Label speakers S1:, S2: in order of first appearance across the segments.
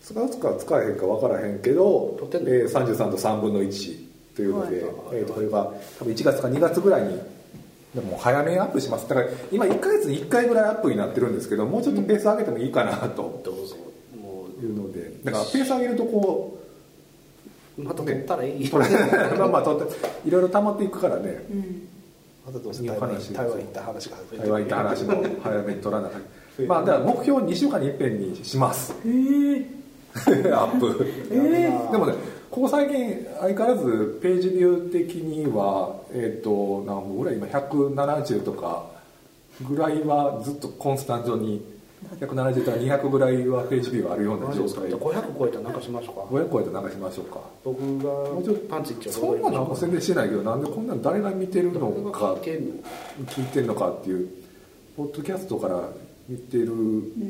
S1: 使う使う使えへんか分からへんけど、え
S2: 取ってんの
S1: ー、33と3分の1というので、
S2: はい
S1: えーとこれが多分1月か2月ぐらいにでも早めにアップしますだから今1か月に1回ぐらいアップになってるんですけどもうちょっとペース上げてもいいかなと
S2: どうぞも
S1: いうのでだからペース上げるとこ
S2: うまた取ったらいい、
S1: う取れ まあまあ取っていろいろ溜まっていくからね
S3: うん
S4: またどうせ台湾に台湾行った話が始ま
S1: 台湾行った話も早めに取らなきゃまあだから目標2週間に一遍にします
S3: へえ
S1: アップ
S3: えー
S1: でもねここ最近相変わらずページビュー的にはえっ、と何本ぐらい今170とかぐらいはずっとコンスタントに170とか200ぐらいはページビューがあるような状態
S2: 500超えたらなんかしましょうか
S1: 500超えたら流しましょうか
S2: 僕
S1: もうちょっと
S2: がパンツ一丁
S1: そんな何も宣伝してないけどなんでこんなの誰が見てるの
S2: 僕
S1: か
S2: が聞いてんの
S1: 聞いてるのかっていうポッドキャストから見てる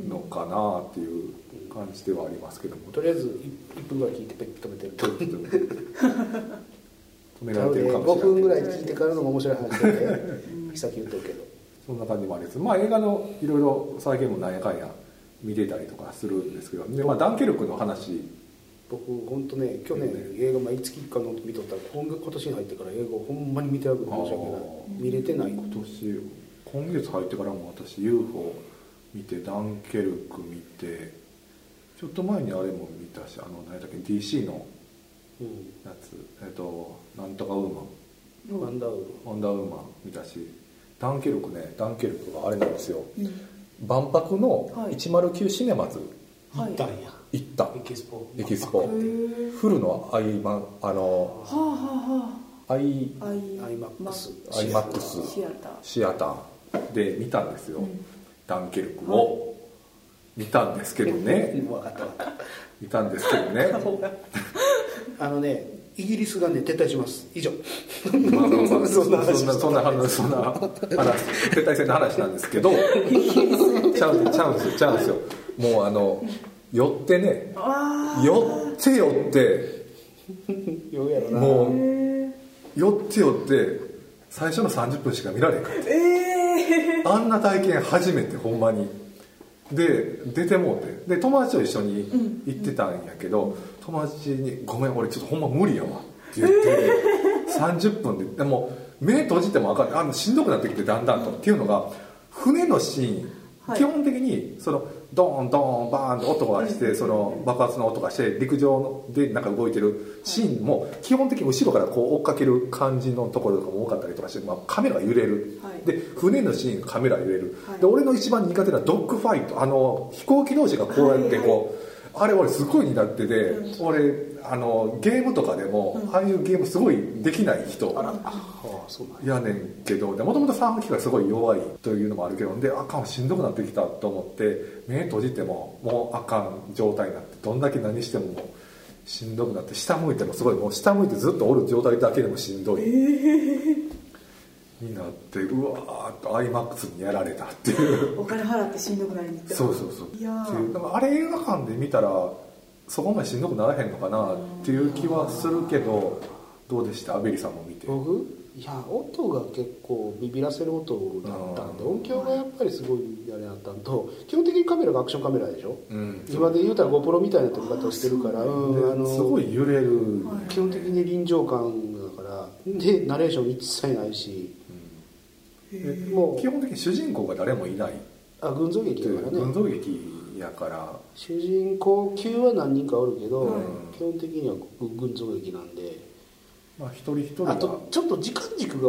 S1: のかなっていう感じではありますけども、
S2: とりあえず1分ぐらい聞いてペッと止めてると
S1: 止めら
S2: な
S1: れ
S2: の
S1: て
S2: で
S1: るかも
S2: 5
S1: しれない
S2: 分ぐらい聞いてからのが面白い話なんで先言っとくけど
S1: そんな感じもありますまあ映画のいろいろ再現も何やかんや見れたりとかするんですけどで、まあ、ダンケルクの話
S2: 僕本当ね去年映画毎月1回の見とったら今月今年に入ってから映画をほんまに見てなくて申し訳ない見れてない
S1: 今年今月入ってからも私 UFO 見てダンケルク見てちょっと前にあれも見たしあの何だっけ DC の
S2: うん
S1: やつえっとなんとかウーマン
S2: ワンダーウ
S1: ワンダーウーマン見たしダンケルクねダンケルクがあれなんですよ
S3: うん
S1: 万博の
S3: はい
S1: 109シネマズ
S3: は
S4: 行
S3: い
S4: ったんや
S1: 行った
S4: エキスポ
S1: エキスポ
S3: へえ
S1: フルのアイマンあの
S3: はあは
S1: アイ
S3: あはあアイ
S2: アイマックス
S3: マ
S1: アイマックス
S3: シアター
S1: シアターで見たんですよ、
S3: うん
S1: ダンケルクを見たんですけどね
S2: ン分かった分かっ
S1: 見たんですけどね
S2: たあのねイギリスがね撤退します以上
S1: まあまあまあ
S2: そ
S1: そ
S2: ん
S1: ん
S2: な
S1: な
S2: 話
S1: そんな話そんな話撤退戦の話なんですけど ちゃうんですちゃうんですよちゃうんですよもうあの寄ってね
S3: ああ
S1: 寄って寄って
S2: ようやろな
S1: もう
S3: へえ
S1: 寄って寄って最初の30分しか見られへん
S3: ええ
S1: あんな体験初めてほんまにで出てもうてで友達と一緒に行ってたんやけど、友達に「ごめん俺ちょっとほんま無理やわ」って言って、30分ででも目閉じてもあかんあのしんどくなってきてだんだんと、っていうのが船のシーン、
S3: はい
S1: 基本的にそのドーンドーンバーンって音がして、その爆発の音がして陸上でなんか動いてるシーンも基本的に後ろからこう追っかける感じのところとかも多かったりとかして、まあ、カメラが揺れる、
S3: はい
S1: で船のシーンカメラ揺れる、
S3: はい
S1: で俺の一番苦手なドッグファイトあの飛行機同士がこうやってこう、あれ俺すごい苦手で、
S3: う
S1: 俺あのゲームとかでも、
S3: うん
S1: ああいうゲームすごいできない人
S2: ああそうなんや
S1: やねんけどもともと三機がすごい弱いというのもあるけどであかんしんどくなってきたと思って目閉じてももうあかん状態になってどんだけ何してももうしんどくなって下向いてもすごいもう下向いてずっとおる状態だけでもしんどい、になってうわーっと iMAX にやられたっていう
S3: お金払ってしんどくなりに行った
S1: そうそうそう
S3: いやー
S1: っていうだからあれ映画館で見たらそこまでしんどくならへんのかなっていう気はするけどどうでしたアベリさんも見て
S2: 僕いや音が結構ビビらせる音だったんで
S1: うん
S2: 音響がやっぱりすごいあれだったんと基本的にカメラがアクションカメラでしょ
S1: うん
S2: 今で言うたら GoPro みたいな撮り方をしてるからうんあの
S1: すごい揺れる、
S3: はい
S2: 基本的に臨場感だからでナレーション一切ないしも
S1: 基
S2: う
S1: 本的に主人公が誰もいない
S2: あ群像劇だから
S1: 群
S2: ね
S1: 像劇やから
S2: 主人公級は何人かおるけど、
S1: うん
S2: 基本的には群像劇なんで
S1: まあ一人一人が
S2: あとちょっと時間軸が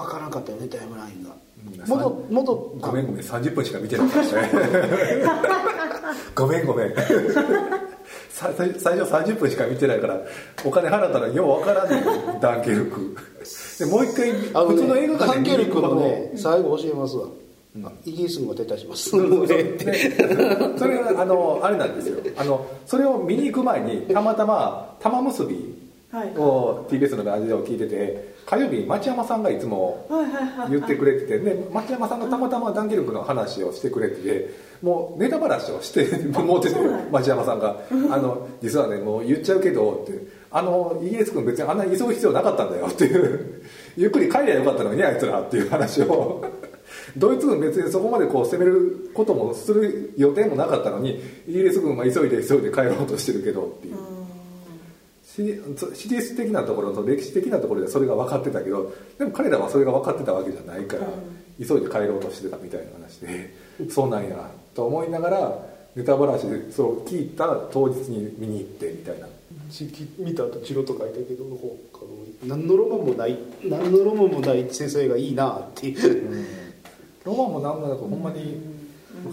S2: わからなかったよねタイムラインが
S1: うん
S2: 元元
S1: ごめんごめん30分しか見てなかったねごめんごめんさ最最初30分しか見てないからお金払ったらようわからんのダンケルクでもう一回
S2: あの
S1: 普通の映
S2: ね、
S1: 画
S2: ハ
S1: 館
S2: ン
S1: で
S2: ケル
S1: 見る
S2: 君
S1: こ
S2: の
S1: と
S2: ね、最後教えますわ。
S1: うん
S2: イギリス軍が撤退します。もう ええって
S1: でそれはあのあれなんですよあのそれを見に行く前にたまたま玉結び
S3: はい
S1: を TBS のラジオを聞いてて火曜日に町山さんがいつも
S3: はいはいはい
S1: 言ってくれててで町山さんがたまたまダンケルクの話をしてくれててもうネタばらしをしてもうてて
S3: そうなん
S1: 町山さんが「あの実はねもう言っちゃうけど」って「あのイギリス君別にあんなに急ぐ必要なかったんだよ」っていう「ゆっくり帰りゃよかったのにねあいつら」っていう話を ドイツ軍別にそこまでこう攻めることもする予定もなかったのにイギリス軍は急いで急いで帰ろうとしてるけどっていう、シシリス的なところと歴史的なところではそれが分かってたけどでも彼らはそれが分かってたわけじゃないから、
S3: う
S1: 急いで帰ろうとしてたみたいな話で そうなんやと思いながらネタばらしでそう聞いた当日に見に行ってみたいな
S2: 地域見た後チロと書いたけどほかの何のロマンもない何のロマンもない先生がいいなっていう
S1: ロマンもなんもなくほんまに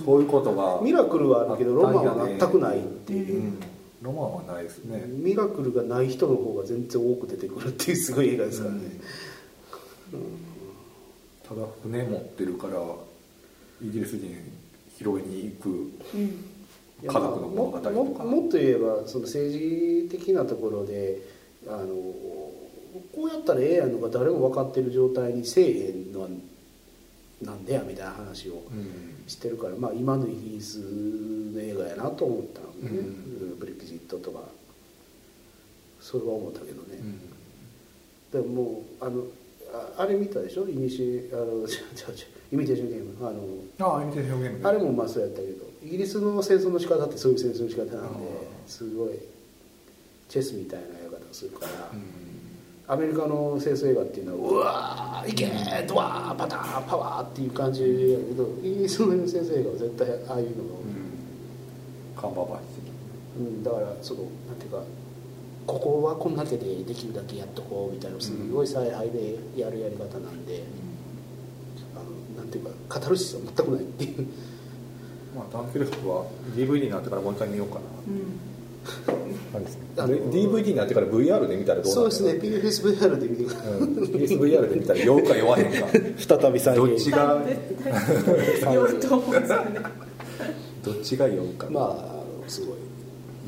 S1: そういうことが、、
S2: ミラクルはあるけどロマンは全くないっていう
S3: うん
S1: ロマンはないですね、
S2: ミラクルがない人の方が全然多く出てくるっていうすごい映画ですからね、
S1: ただ船持ってるからイギリス人拾いに行く
S3: うん
S2: いやまあ
S1: 家族の物語とか
S2: もももっと言えばその政治的なところであのこうやったらええやんのが誰も分かってる状態にせえへんのはなんでやみたいな話を
S1: うん
S2: してるから、まあ、今のイギリスの映画やなと思ったのね、
S1: うん
S2: ブレキジットとかそれは思ったけどね、
S1: うん
S2: でももうあのああれ見たでしょイニシあの違う違う違うイミテーションゲームあの
S1: ああイミテーションゲームね
S2: あれもまあそうやったけどイギリスの戦争の仕方ってそういう戦争の仕方なんで
S1: あ
S2: すごいチェスみたいなやり方をするから、
S1: うん
S2: アメリカの戦争映画っていうのはうわーいけードワーパターンパワーっていう感じやけどイギリスの戦争映画は絶対ああいうのが、
S1: うん看板橋
S2: うんだからそのなんていうかここはこんだけでできるだけやっとこうみたいなすごい采配でやるやり方なんで、あのなんていうかカタルシスは全くないっていう。
S1: まあダンケルフは DVD になってからもう一回見ようかな
S3: うん
S1: あれですね
S2: あの
S1: DVD になってから VR で見たらどう
S2: そう
S1: な
S2: ですね PFSVR で見てください
S1: うん PSVR で見たら酔うか酔わへんか
S4: 再び再
S1: どっ
S4: 現
S1: ちが
S3: 絶対酔うと思うんですよね
S1: どっちが酔うか
S2: まああのすご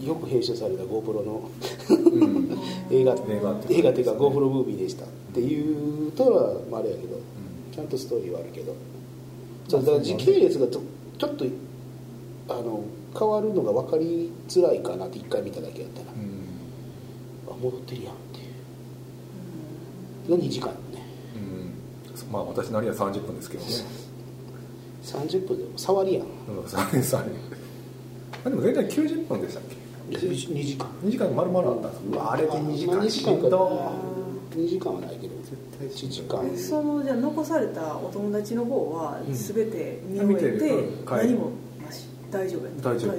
S2: いよく編集された GoPro の
S1: うん
S2: 映画
S1: 映画ってことですね
S2: 映画っていうか GoPro ムービーでしたっていうとはまああれやけどちゃんとストーリーはあるけどそうだから時系列がちょちょっとあの変わるのが分かりづらいかなって一回見ただけやったら
S1: う、ん
S2: あ戻ってるやんっていう2時間ね
S1: うんまあ私なりは30分ですけどね
S2: 30分でも触りやん
S1: うんそれそれあでも全体90分でしたっけ
S2: 2時間
S1: 2時間丸々あったんですうわあれで2時間しん
S2: か
S1: ど
S2: 2時間はないけど1時間
S3: えそのじゃあ残されたお友達の方は
S1: うん
S3: 全て見終えて、
S1: うんはい
S3: 何もなし大丈夫やった
S1: 大丈夫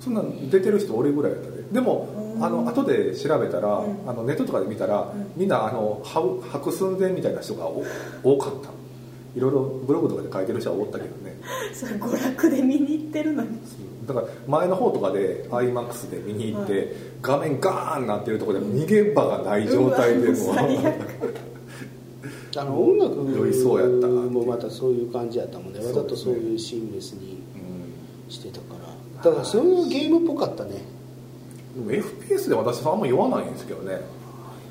S1: そんなん出てる人俺ぐらいやったででも
S3: うん
S1: あの後で調べたら、
S3: うん
S1: あのネットとかで見たら、
S3: うん
S1: みんなあのは白寸前みたいな人がお多かったいろいろブログとかで書いてる人はおったけどね
S3: それ娯楽で見に行ってるのに
S1: だから前の方とかで iMAX で見に行って、画面ガーンなってるところでも逃げ場がない状態でも
S3: うわ最悪
S2: あの音楽
S1: 酔いそうやったなっていう
S2: もまたそういう感じやったもんね
S1: そう
S2: わ
S1: ですね
S2: ざとそういうシームレスに
S1: う
S2: してたからだからそういうゲームっぽかったね
S1: んでも FPS で私はあんま酔わないんですけどね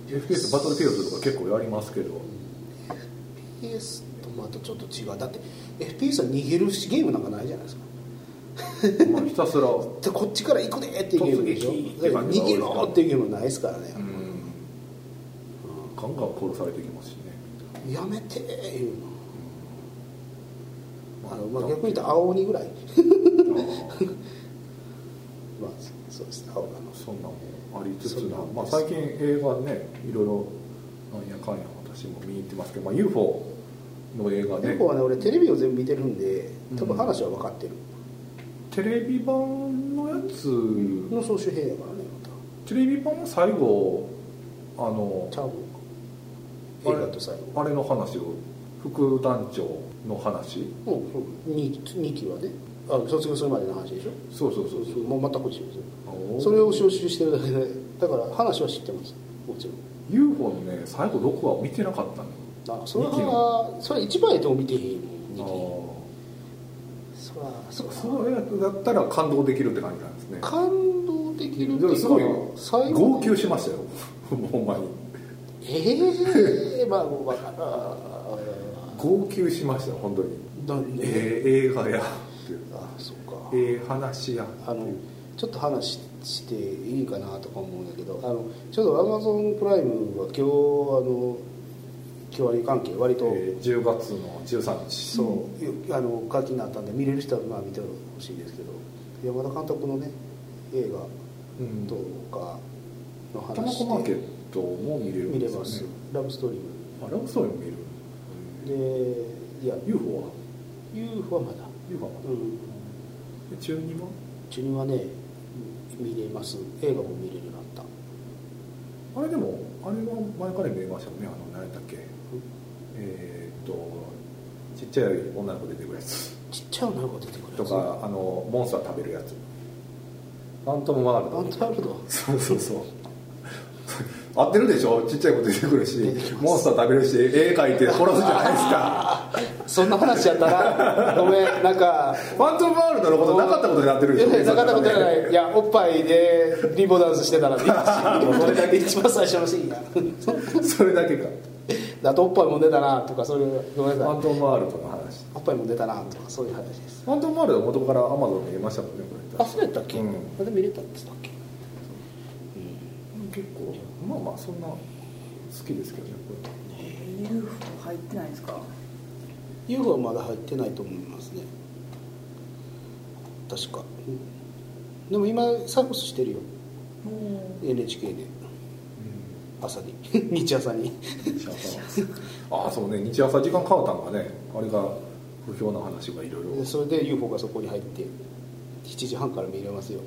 S1: FPS バトルフィールドとか結構やりますけど
S2: FPS とまたちょっと違うだって FPS は逃げるしゲームなんかないじゃないですか
S1: まあひたすらう
S2: でこっちから行くでっていうゲームでしょ
S1: 突撃って
S2: だ
S1: いう
S2: か
S1: 感
S2: ら
S1: じが
S2: 逃
S1: 多いです
S2: げ
S1: から
S2: ろっていうゲームないですから
S1: ん
S2: ね、
S1: ガンガン殺されてきますしね
S2: やめてーいうのあの、まあ、
S1: なん
S2: 逆
S1: か
S2: に言うと青鬼ぐらい
S1: あー
S2: まあそうです青がの
S1: そんなんもありつつ
S2: そん
S1: な
S2: な、ん
S1: まあ、最近映画ねいろいろなんやかんや私も見に行ってますけど、まあ、UFO の映画ね
S2: 猫はね俺テレビを全部見てるんで多
S1: う
S2: 分
S1: ん
S2: 話は分かってる、
S1: テレビ版のやつ
S2: の総集編やからねまた
S1: テレビ版も最後あの
S2: チャーム
S1: あれ
S2: 映画と最後
S1: あれの話を副団長の話
S2: うんそう 2, 2期はねあ卒業するまでの話でしょ
S1: そうそうそうそう
S2: もう全く一緒ですよ
S1: あの
S2: それを招集してるだけでだから話は知ってますもちろん
S1: UFO のね最後6話を見てなかったの
S2: あそれ
S1: 二期
S2: はそれ一番やとも見てへん2期
S1: よ
S2: そらそ
S1: そ
S2: ら
S1: その映画だったら感動できるって感じなんですね
S2: 感動できるっ
S1: で
S2: てう
S1: も
S2: か
S1: すごい
S2: 最後
S1: 号泣しましたよほんまに
S2: ええ まあもう分かる
S1: 号泣しましたよ本当に
S2: なんで
S1: えー映画やっていう
S2: あそうか
S1: ええ話やって
S2: あ
S1: い
S2: の
S1: う
S2: ちょっと話していいかなとか思うんだけどあのちょうどアマゾンプライムは今日あの京アニ関係割と、
S1: えー10月の13日
S2: そうよあの解禁になったんで見れる人はまあ見てほしいですけど山田監督のね映画
S1: うん
S2: とかの
S1: タマ
S2: 話
S1: コマーケ
S2: で
S1: ットも見れるん
S2: 見れ
S1: ですよ、ね、
S2: ます、ラブストーリーも
S1: あラブストーリーも見れる
S2: でいや
S1: UFO は
S2: UFO はまだ
S1: UFO はまだ
S2: うん
S1: で中二も
S2: ジュニはね見れます映画も見れるようになった
S1: あれでもあれは前から見えましたよねあの何やったっけえーっとちっちゃい女の子出てくるやつ
S2: ちっちゃい女の子出てくる
S1: とかあのモンスター食べるやつファントムワール
S2: ア
S1: ド
S2: ンタールド
S1: そうそうそう合ってるでしょちっちゃい子出てくるし
S2: 出てきます
S1: モンスター食べるし絵描いて殺すじゃないですか
S2: そんな話やったなごめんなんか
S1: ファントムワールドのことなかったことになってる
S2: い
S1: でしょ
S2: やなかったことじゃないいいやおっぱいでリボダンスしてたらそれだけ一番最初のシーン や
S1: それだけか
S2: あとおっぱいも出たなとかそれごめん
S1: フ
S2: な
S1: ァ
S2: さ
S1: ン
S2: い
S1: トムワールドの話
S2: おっぱいも出たなとかそういう話です
S1: ファントムワールドは元からアマゾンで見ましたもんねこれ
S2: あそうやったっけ、
S1: うん
S2: あれ見れたんでしたっけ
S1: 結構まあまあそんな好きですけどねこ
S3: ミルフ入ってないですか
S2: UFO はまだ入ってないと思いますね確か、うんでも今サークスしてるよ
S3: もう
S2: NHK で
S1: れ、
S2: 朝に 日朝に
S1: うん、日朝ああそうね日朝時間変わったんがねあれが不評な話がいろいろ
S2: でそれで UFO がそこに入って7時半から見れますよ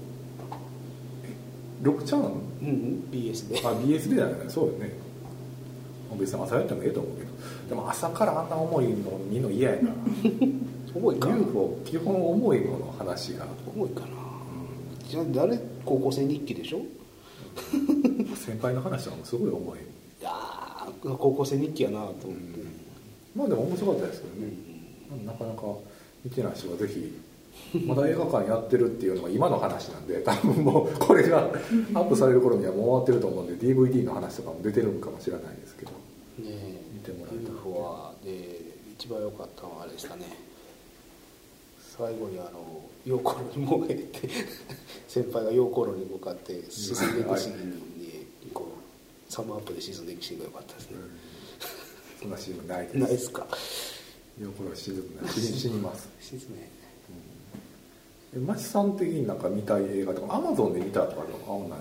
S1: 6ちゃん
S2: うんうん、BS で
S1: あ BS でじゃないそうよね別に朝やってもええと思うけどでも朝からあんな重いの見るの嫌やな
S2: 重いかな
S1: UFO 基本重いのの話が、
S2: 重いかなじゃあ誰高校生日記でしょ
S1: うん先輩の話はもうすごい重い
S2: いやー高校生日記やなと思って、
S1: うんまあでも面白かったですけど
S2: う
S1: ね、
S2: ん
S1: なかなか見てない人はぜひまだ映画館やってるっていうのが今の話なんで多分もうこれがアップされる頃にはもう終わってると思うんで DVD の話とかも出てるんかもしれないですけど
S2: ね
S1: 見てもらえ
S2: え
S1: たら
S2: UFO はで一番良かったのはあれでしたね最後にあの「陽光に燃え」って 先輩が陽光炉に向かって進んでいくシーンにこうサムアップで沈んでいくシーンが良かったですね、
S1: そんなシーンないです
S2: ないですか
S1: よこれは死ぬない死に死にます
S2: ですね
S1: えマシさん的になんか見たい映画とかアマゾンで見たとかとかあんない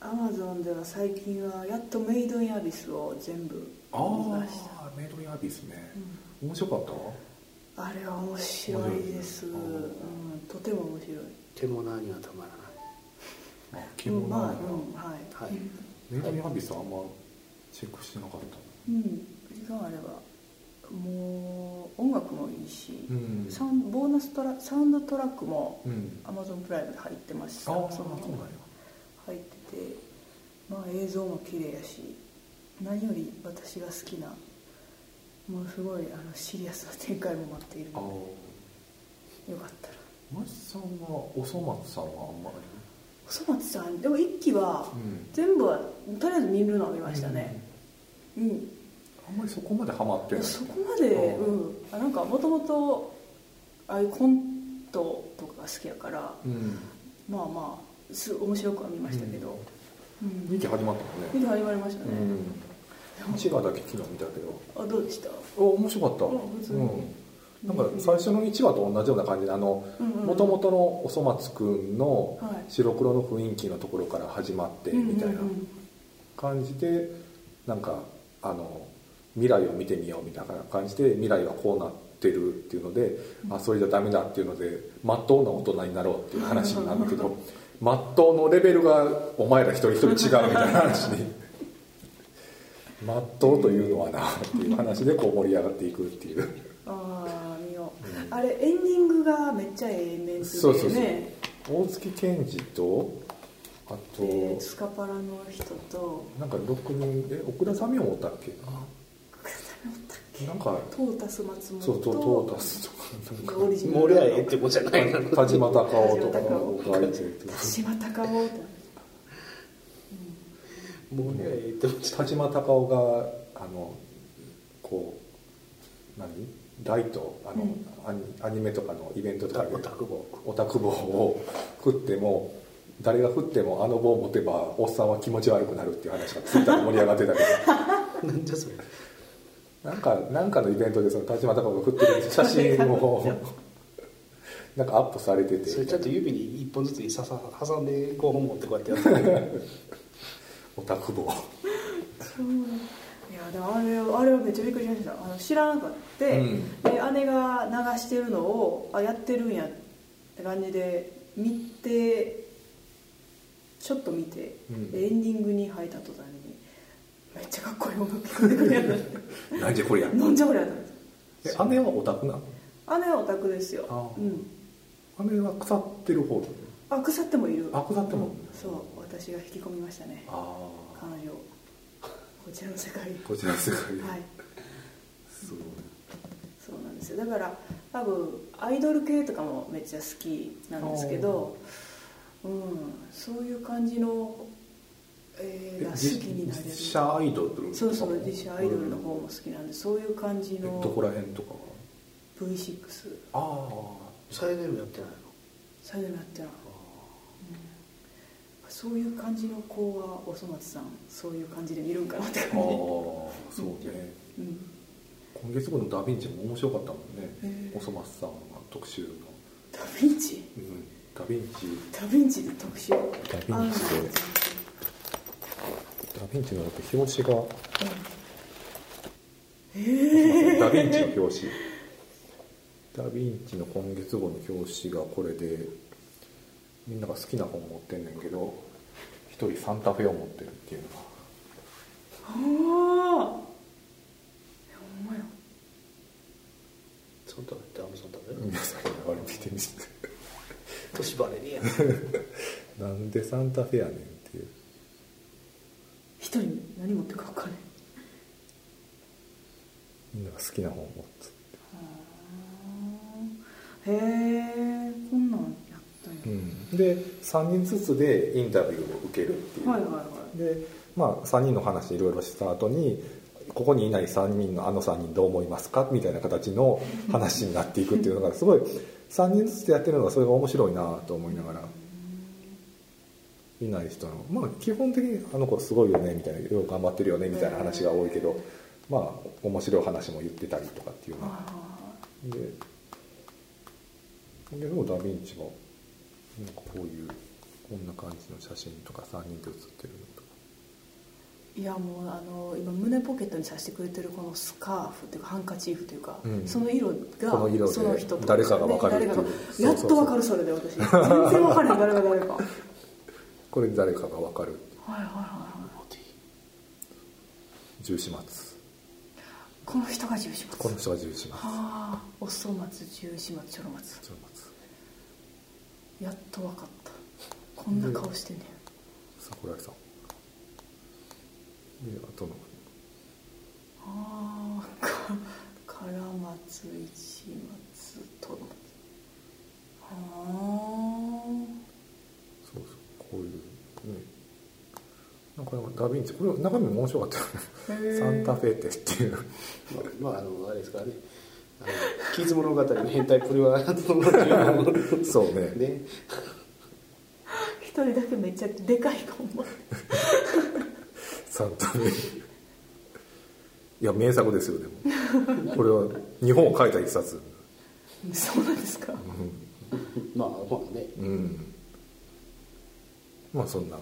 S3: アマゾンでは最近はやっとメイドインアビスを全部見ました
S1: ああメイドインアビスね、面白かった
S3: あれは面白いです、うん、とても面白い
S2: 手もなにはたまらない
S1: あ気も
S3: ま
S1: ない
S3: あ、
S1: な、
S3: うん、はい、
S2: はい
S1: メイドインアビスはあんまチェックしてなかった
S3: うん、時間あればもう音楽もいいし、
S1: うん
S3: サウンボーナストラサウンドトラックも
S1: うん
S3: アマゾンプライムで入ってました
S1: ああ
S3: そ
S1: そう
S3: の
S1: なんや
S3: 入ってて、まあ、映像も綺麗やし何より私が好きなもうすごいあのシリアスな展開も待っている
S1: あ
S3: の
S1: あ
S3: でよかったら
S1: マシさんはおそ松さんはあんまり
S3: 細松さんでも一期は
S1: うん
S3: 全部はとりあえず見るのは見ましたねうん、
S1: あんまりそこまでハマってない
S3: そこまで
S1: あー
S3: うんあなんかもともとああいうコントとかが好きやから
S1: うん
S3: まあまあす面白くは見ましたけど、うん
S1: 2期始まったもん
S3: 見
S1: ね
S3: て始まりましたね、
S1: うん1話だけ昨日見たけど
S3: あどうでした
S1: あ面白かった、
S3: うん普通に
S1: うん、なんか最初の1話と同じような感じであの
S3: うんうん
S1: もともとのおそ松くんの
S3: はい
S1: 白黒の雰囲気のところから始まってみたいな
S3: うんうんうん
S1: 感じでなんかあの未来を見てみようみたいな感じで未来はこうなってるっていうので、あそれじゃダメだっていうのでまっとうな大人になろうっていう話になるけどまっとうのレベルがお前ら一人一人違うみたいな話に まっとうというのはなっていう話でこう盛り上がっていくっていう
S3: ああ見よう、あれエンディングがめっちゃええメンツでね
S1: そうそうそう大月健二とあ
S3: で
S1: と
S3: スカパラの人と
S1: なんか6人で奥田民生おったっけなんか
S3: トータス松本
S1: そうそうトータスとかなんか
S3: オリジナ
S2: もう俺
S3: ル
S2: はええってことじゃないな
S1: 田島孝夫とかがいてて
S3: 田島貴夫って
S2: もう俺はええってことじゃ
S1: 田島孝夫があのこう何ライトあの、
S3: うん
S1: アニアニメとかのイベントとか
S2: ない
S1: で
S2: オタクボ
S1: オタク棒を食っても誰が食ってもあの棒持てばおっさんは気持ち悪くなるっていう話がツイッターで盛り上がってたけど
S2: なんじゃそれ
S1: なんかなんかのイベントでその田島孝子が振ってる写真をなんかアップされてて
S2: それちょっと指に一本ずつささ挟んで5本持ってこうやってやって
S1: オタク棒
S3: そういやでもあれあれはめっちゃびっくりしましたあの知らなかっ
S1: う
S3: た、
S1: ん
S3: で姉が流してるのをあやってるんやって感じで見てちょっと見て、
S1: うん
S3: エンディングに入った途端にめっちゃかっこいい音楽聴いてくれやん
S1: なんじゃこりゃ
S3: 飲んじゃおりゃと思って
S1: え姉はオタクなの
S3: 姉はオタクですよ
S1: あ
S3: うん、
S1: 姉は腐ってる方だ
S3: あ腐ってもいる
S1: あ腐っても
S3: そう私が引き込みましたね
S1: ああ
S3: 彼女をこちらの世界に
S1: こちらの世界
S3: はい
S1: そう
S3: そうなんですよだから多分アイドル系とかもめっちゃ好きなんですけど、うん、そういう感じの、えー、が好きになれる
S1: 実写アイドルとかも
S3: そうそう自社アイドルの方も好きなんでそういう感じ
S1: えどこ
S3: の
S1: ら辺とか
S3: V6
S1: ああ
S2: 再燃もやってないの
S3: サイドルやってな、うん、そういう感じの子はおそ松さんそういう感じで見るんかなって
S1: ああそ
S3: 感
S1: うね
S3: じ、うん、
S1: 今月号のダ・ヴィンチも面白かったもん
S3: へ
S1: ね
S3: え
S1: おそ松さんが特集の、
S3: ダヴィンチ
S1: うん、ダ・ヴィンチ
S3: ダヴィンチで特集
S5: ダヴィンチでダヴィンチのなんか表紙が
S1: ダ・ヴィンチの表紙ダ・ヴィンチの今月号の表紙がこれでみんなが好きな本持ってんねんけど一人サンタフェを持ってるっていうのが
S3: ああーいやほんまや
S2: そんたってアマゾンだね
S1: 皆さんに流れてきてみて
S2: 年バレにや
S1: なんでサンタフェやねんっていう
S3: 一人に何持ってくか分かんない
S1: みんなが好きな本持つ
S3: へえこんなんやったんや、
S1: うん、で3人ずつでインタビューを受けるっていう、
S3: はいはいはい
S1: でまあ3人の話いろいろした後にここにいない3人のあの3人どう思いますかみたいな形の話になっていくっていうのがすごい3人ずつでやってるのがそれが面白いなと思いながらいない人のまあ基本的にあの子すごいよねみたいなよく頑張ってるよねみたいな話が多いけどまあ面白い話も言ってたりとかっていうのは
S3: あ
S1: ででもダ・ヴィンチもなんかこういうこんな感じの写真とか3人で写ってるのとか
S3: ーいやもうあの今胸ポケットにさせてくれてるこのスカーフっていうかハンカチーフというか、
S1: うん
S3: その色が
S1: この色で
S3: その人と
S1: 誰かが分かるっていう
S3: 誰
S1: そ
S3: が
S1: うそう
S3: やっ
S1: そう
S3: と分かるそれで 私全然分かる誰が誰かはい
S1: これ誰かが分かる
S3: はいはいはい
S1: 重始末
S3: この人が十四松
S1: この人が重始末
S3: はあおそ松十四松ちょろ松
S1: 重松
S3: やっと分かったこんな顔してんねん
S1: 桜井さんであとの
S3: ああか唐松一松とろ松
S1: そうそうこういうねなんかダ・ヴィンチこれ中身も面白かったよねサンタフェテっていう
S2: まああのあれですからねあの「キーズ物語」の変態っぷりはあなたの中の
S1: そうね
S2: ね
S3: ああ一人だけめっちゃでかいか も
S1: サンタフェいや名作ですよでもこれは日本を書いた一冊
S3: そうなんですか
S2: まあまあね
S1: うんまあそんな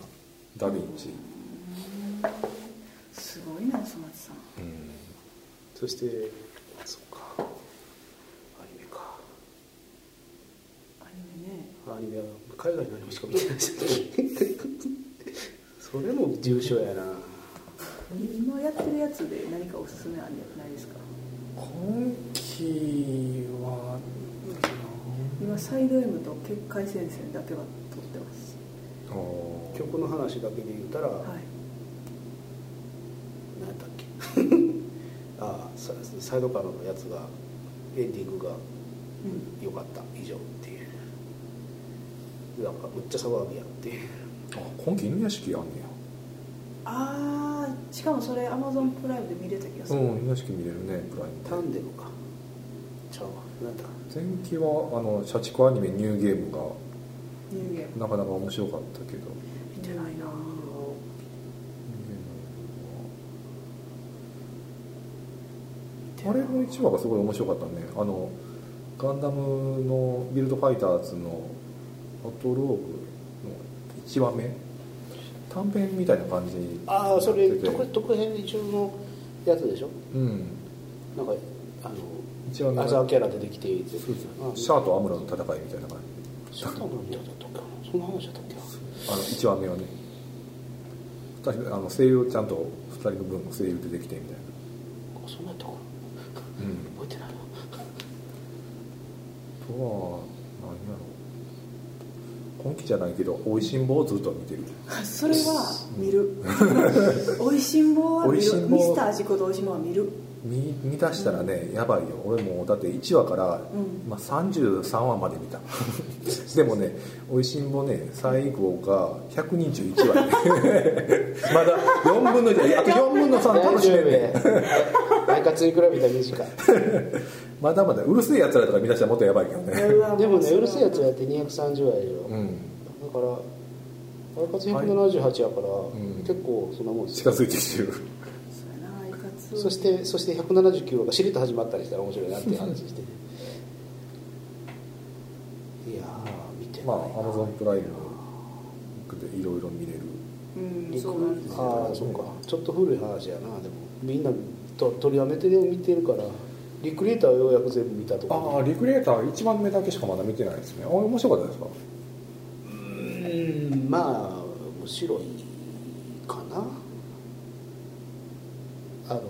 S1: ダ・ヴィンチ
S3: すごいなおそ松さん
S2: そしてそっかアニメか
S3: アニメね
S2: アニメは海外のアニメしか見てないし それも重症やな
S3: 今やってるやつで何かおすすめあるんじゃないですか
S1: 今期は
S3: 今サイド M と結界戦線だけは撮ってます
S1: あー
S2: 曲の話だけで言うたら、
S3: はい
S2: 何だっけ ああササイドカーのやつがエンディングが
S3: うん
S2: 良かった以上っていうなんかむっちゃ騒ぎやっていう
S1: あ今期犬屋敷あんね
S3: ああしかもそれアマゾンプライムで見れた気がす
S1: や
S3: る、
S1: うん犬屋敷見れるねプライ
S2: タ
S1: ムで
S2: ンデムかちゃうわなんだ
S1: 前期はあの社畜アニメニューゲームが
S3: ニューゲーム
S1: なかなか面白かったけど
S3: 見てないな
S1: ニューゲームはあれの1話がすごい面白かったねあのガンダムのビルドファイターズのバトルオークの1話目短編みたいな感じに
S2: あ
S1: な
S2: あ
S1: って
S2: そ
S1: て
S2: れ特特編中のやつでしょ
S1: うん
S2: なんかあ
S1: 一応
S2: のアザーキャラ出てきていて
S1: そうそう
S2: あ
S1: シャアとアムロの戦いみたいな感
S2: シャタンの見ただったっけなそんな話だったっけな
S1: じあの1話目はね確かにあの声優をちゃんと2人の分の声優出てきてみたいな
S2: あそんなやったかな
S1: うん
S2: 覚えてないな
S1: あとは何やろう今期じゃないけど「おいしんぼ」をずっと見てる
S3: あそれは見るおいしん坊は見
S1: 美味し
S3: る
S1: ん坊
S3: ミスター味ことおいしん坊は見る
S1: 見見出したらねやばいよ俺もうだって1話から、
S3: うん
S1: まあ、33話まで見た でもね「おいしんぼね」最後が121話ね まだ4分の1あと4分の3楽しめんねん
S2: 大活に比べたら短い
S1: まだまだうるせえやつらとか見出したらもっとやばいけどね
S2: でもね
S3: そう
S2: るせえやつやって230話でしょ、
S1: う
S2: だ
S1: ん
S2: から大活178やから、
S1: ん
S2: 結構そんなもんです
S1: 近
S2: よ
S1: づいてきてる
S3: そうやなアイカツ
S2: そしてそして179話がしれっと始まったりしたら面白いなっていう話していやー見てな い
S1: ま
S2: な
S1: あアマゾンプライムでいろいろ見れる
S3: うんそうなんですよ
S2: ああそうかちょっと古い話やなでもみんなと取りやめてでも見てるからリクリエイターはようやく全部見たと
S1: あ
S2: こ
S1: あリクリエイター1番目だけしかまだ見てないですねあれ面白かったですか
S2: うーんまあ面白いかなあの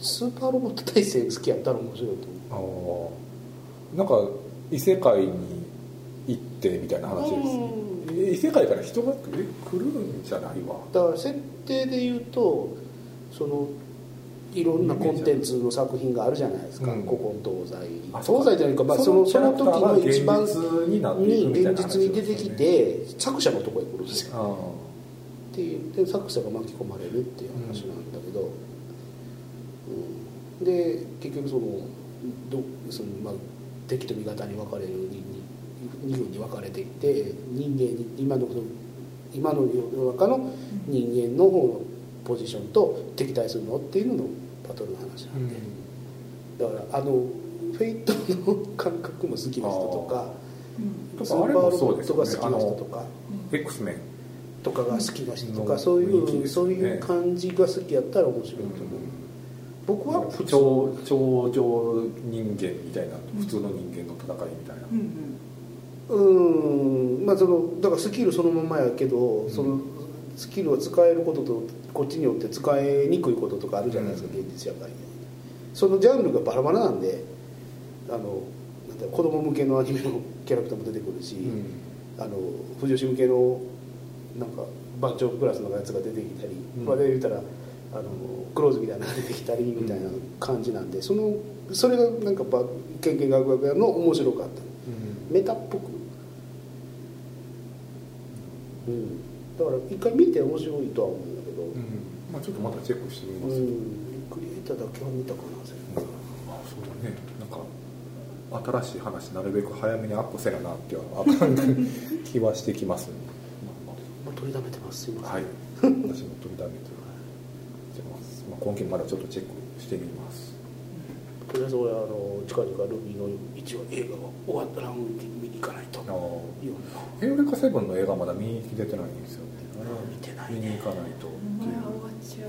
S2: スーパーロボット対戦好きやったら面白いと思
S1: ああ
S2: う
S1: なんか異世界に行ってみたいな話ですねえ異世界から人が来る来るんじゃないわ
S2: だから設定で言うとそのいろんなコンテンツの作品があるじゃないですか、
S1: うん
S2: 古今東西
S1: あそう
S2: 東西じゃないか、まあ、そのその時の一番
S1: キャラクターが現実になっていく
S2: に
S1: みたい
S2: 現
S1: な話
S2: 実に出てき
S1: ですよね
S2: て作者のとこへ来るんですよ
S1: ああ
S2: っていうで作者が巻き込まれるっていう話なんだけど、うんで結局そのどその、まあ、敵と味方に分かれるにに二分に分かれていって人間に今のその今の世の中の人間の方のポジションと敵対するのっていうののバトルの話なんで、だからあのフェイトの感覚も好きな人とか
S3: うん
S1: あー
S2: スーパーロボットが好きな人とか。
S1: うん X メン
S2: とかが好きな人と
S1: う
S2: か
S1: ん
S2: そういう、
S1: 雰囲気ですね
S2: そういう感じが好きやったら面白いと思う、僕は普通
S1: 超超常人間みたいな普通の人間の戦いみたいな、
S3: うんうん
S2: うーんまあそのだからスキルそのままやけど、そのスキルを使えることとこっちによって使いにくいこととかあるじゃないですか、
S1: うん
S2: 現実社会にそのジャンルがバラバラなんであのなんていうの子供向けのアニメのキャラクターも出てくるし、あの不女子向けのなんか番長クラスのやつが出てきたり、
S1: うん
S2: まあで言ったらあのクローズみたいなのが出てきたりみたいな感じなんで、そのそれがなんかばケンケンガクガクやるの面白かったメタっぽく、うん、だから一回見て面白いとは思うんだけど、
S1: うんまあ、ちょっとまたチェックしてみ
S2: う
S1: ます、
S2: んクリエイターだけは見たかな全部
S1: あそうだねなんか新しい話なるべく早めにアップせななっていうあか ん気はしてきます、ま
S2: まあ取りだめてますすいま
S1: あ
S2: せん、
S1: まあはい私も取りだめてしてます、まあ、今期まだちょっとチェックしてみます
S2: とりあえず俺あの近々ルビーの一応映画が終わったら見に行かないと
S1: あの
S2: いいよな
S1: エウレカセブンの映画まだ見に出てないんですよね
S2: 見てない
S1: 見
S2: ね
S1: に行かないとっ
S3: お
S1: てい
S3: 前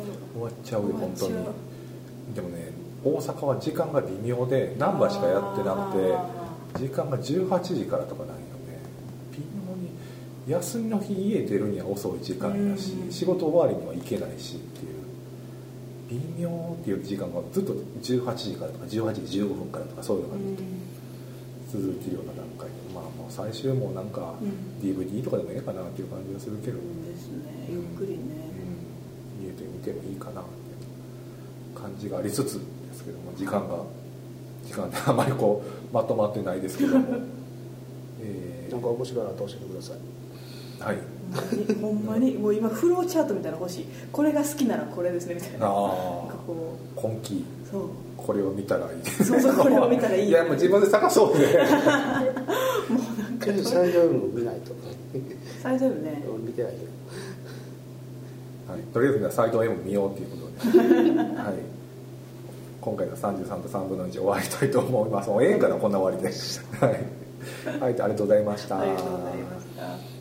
S1: う
S3: 終わっちゃう
S1: 終わっちゃうよ本当
S3: 終
S1: に
S3: わっちゃ
S1: でもね大阪は時間が微妙でナンバーしかやってなくて時間が18時からとかないよね微妙に休みの日家出るには遅い時間やし
S3: うん
S1: 仕事終わりには行けないしっていう微妙っていう時間がずっと18時からとか18時15分からとかそういうの
S3: う
S1: が
S3: ん
S1: 続いてるような段階でまあもう最終もなんか
S3: うん
S1: DVD とかでもええかなっていう感じがするけ
S3: う
S1: ど、
S3: んですねゆっくりね
S1: うん家で見てもいいかなって感じがありつつですけども時間が時間であまりこうまとまってないですけ どもえ
S2: なんか面白いなと教えてください
S1: ーはい
S3: ほんまにほんまにもう今フローチャートみたいなの欲しいこれが好きならこれですねみたいな
S1: あ
S3: なんか
S1: あ
S3: こ
S1: 今期
S3: うそう
S1: これを見たらいい
S3: そうそうこれを見たらいい
S1: いやもう自分で探そうね
S2: とりあえず最上の見ないと
S3: 最初よね
S2: 俺見てないけど
S1: はい、とりあえず斎藤 M 見ようっていうことで、はい、今回の33と3分の1終わりたいと思いますもうええんかなこんな終わりではい、はい、ありがとうございました
S3: ありがとうございました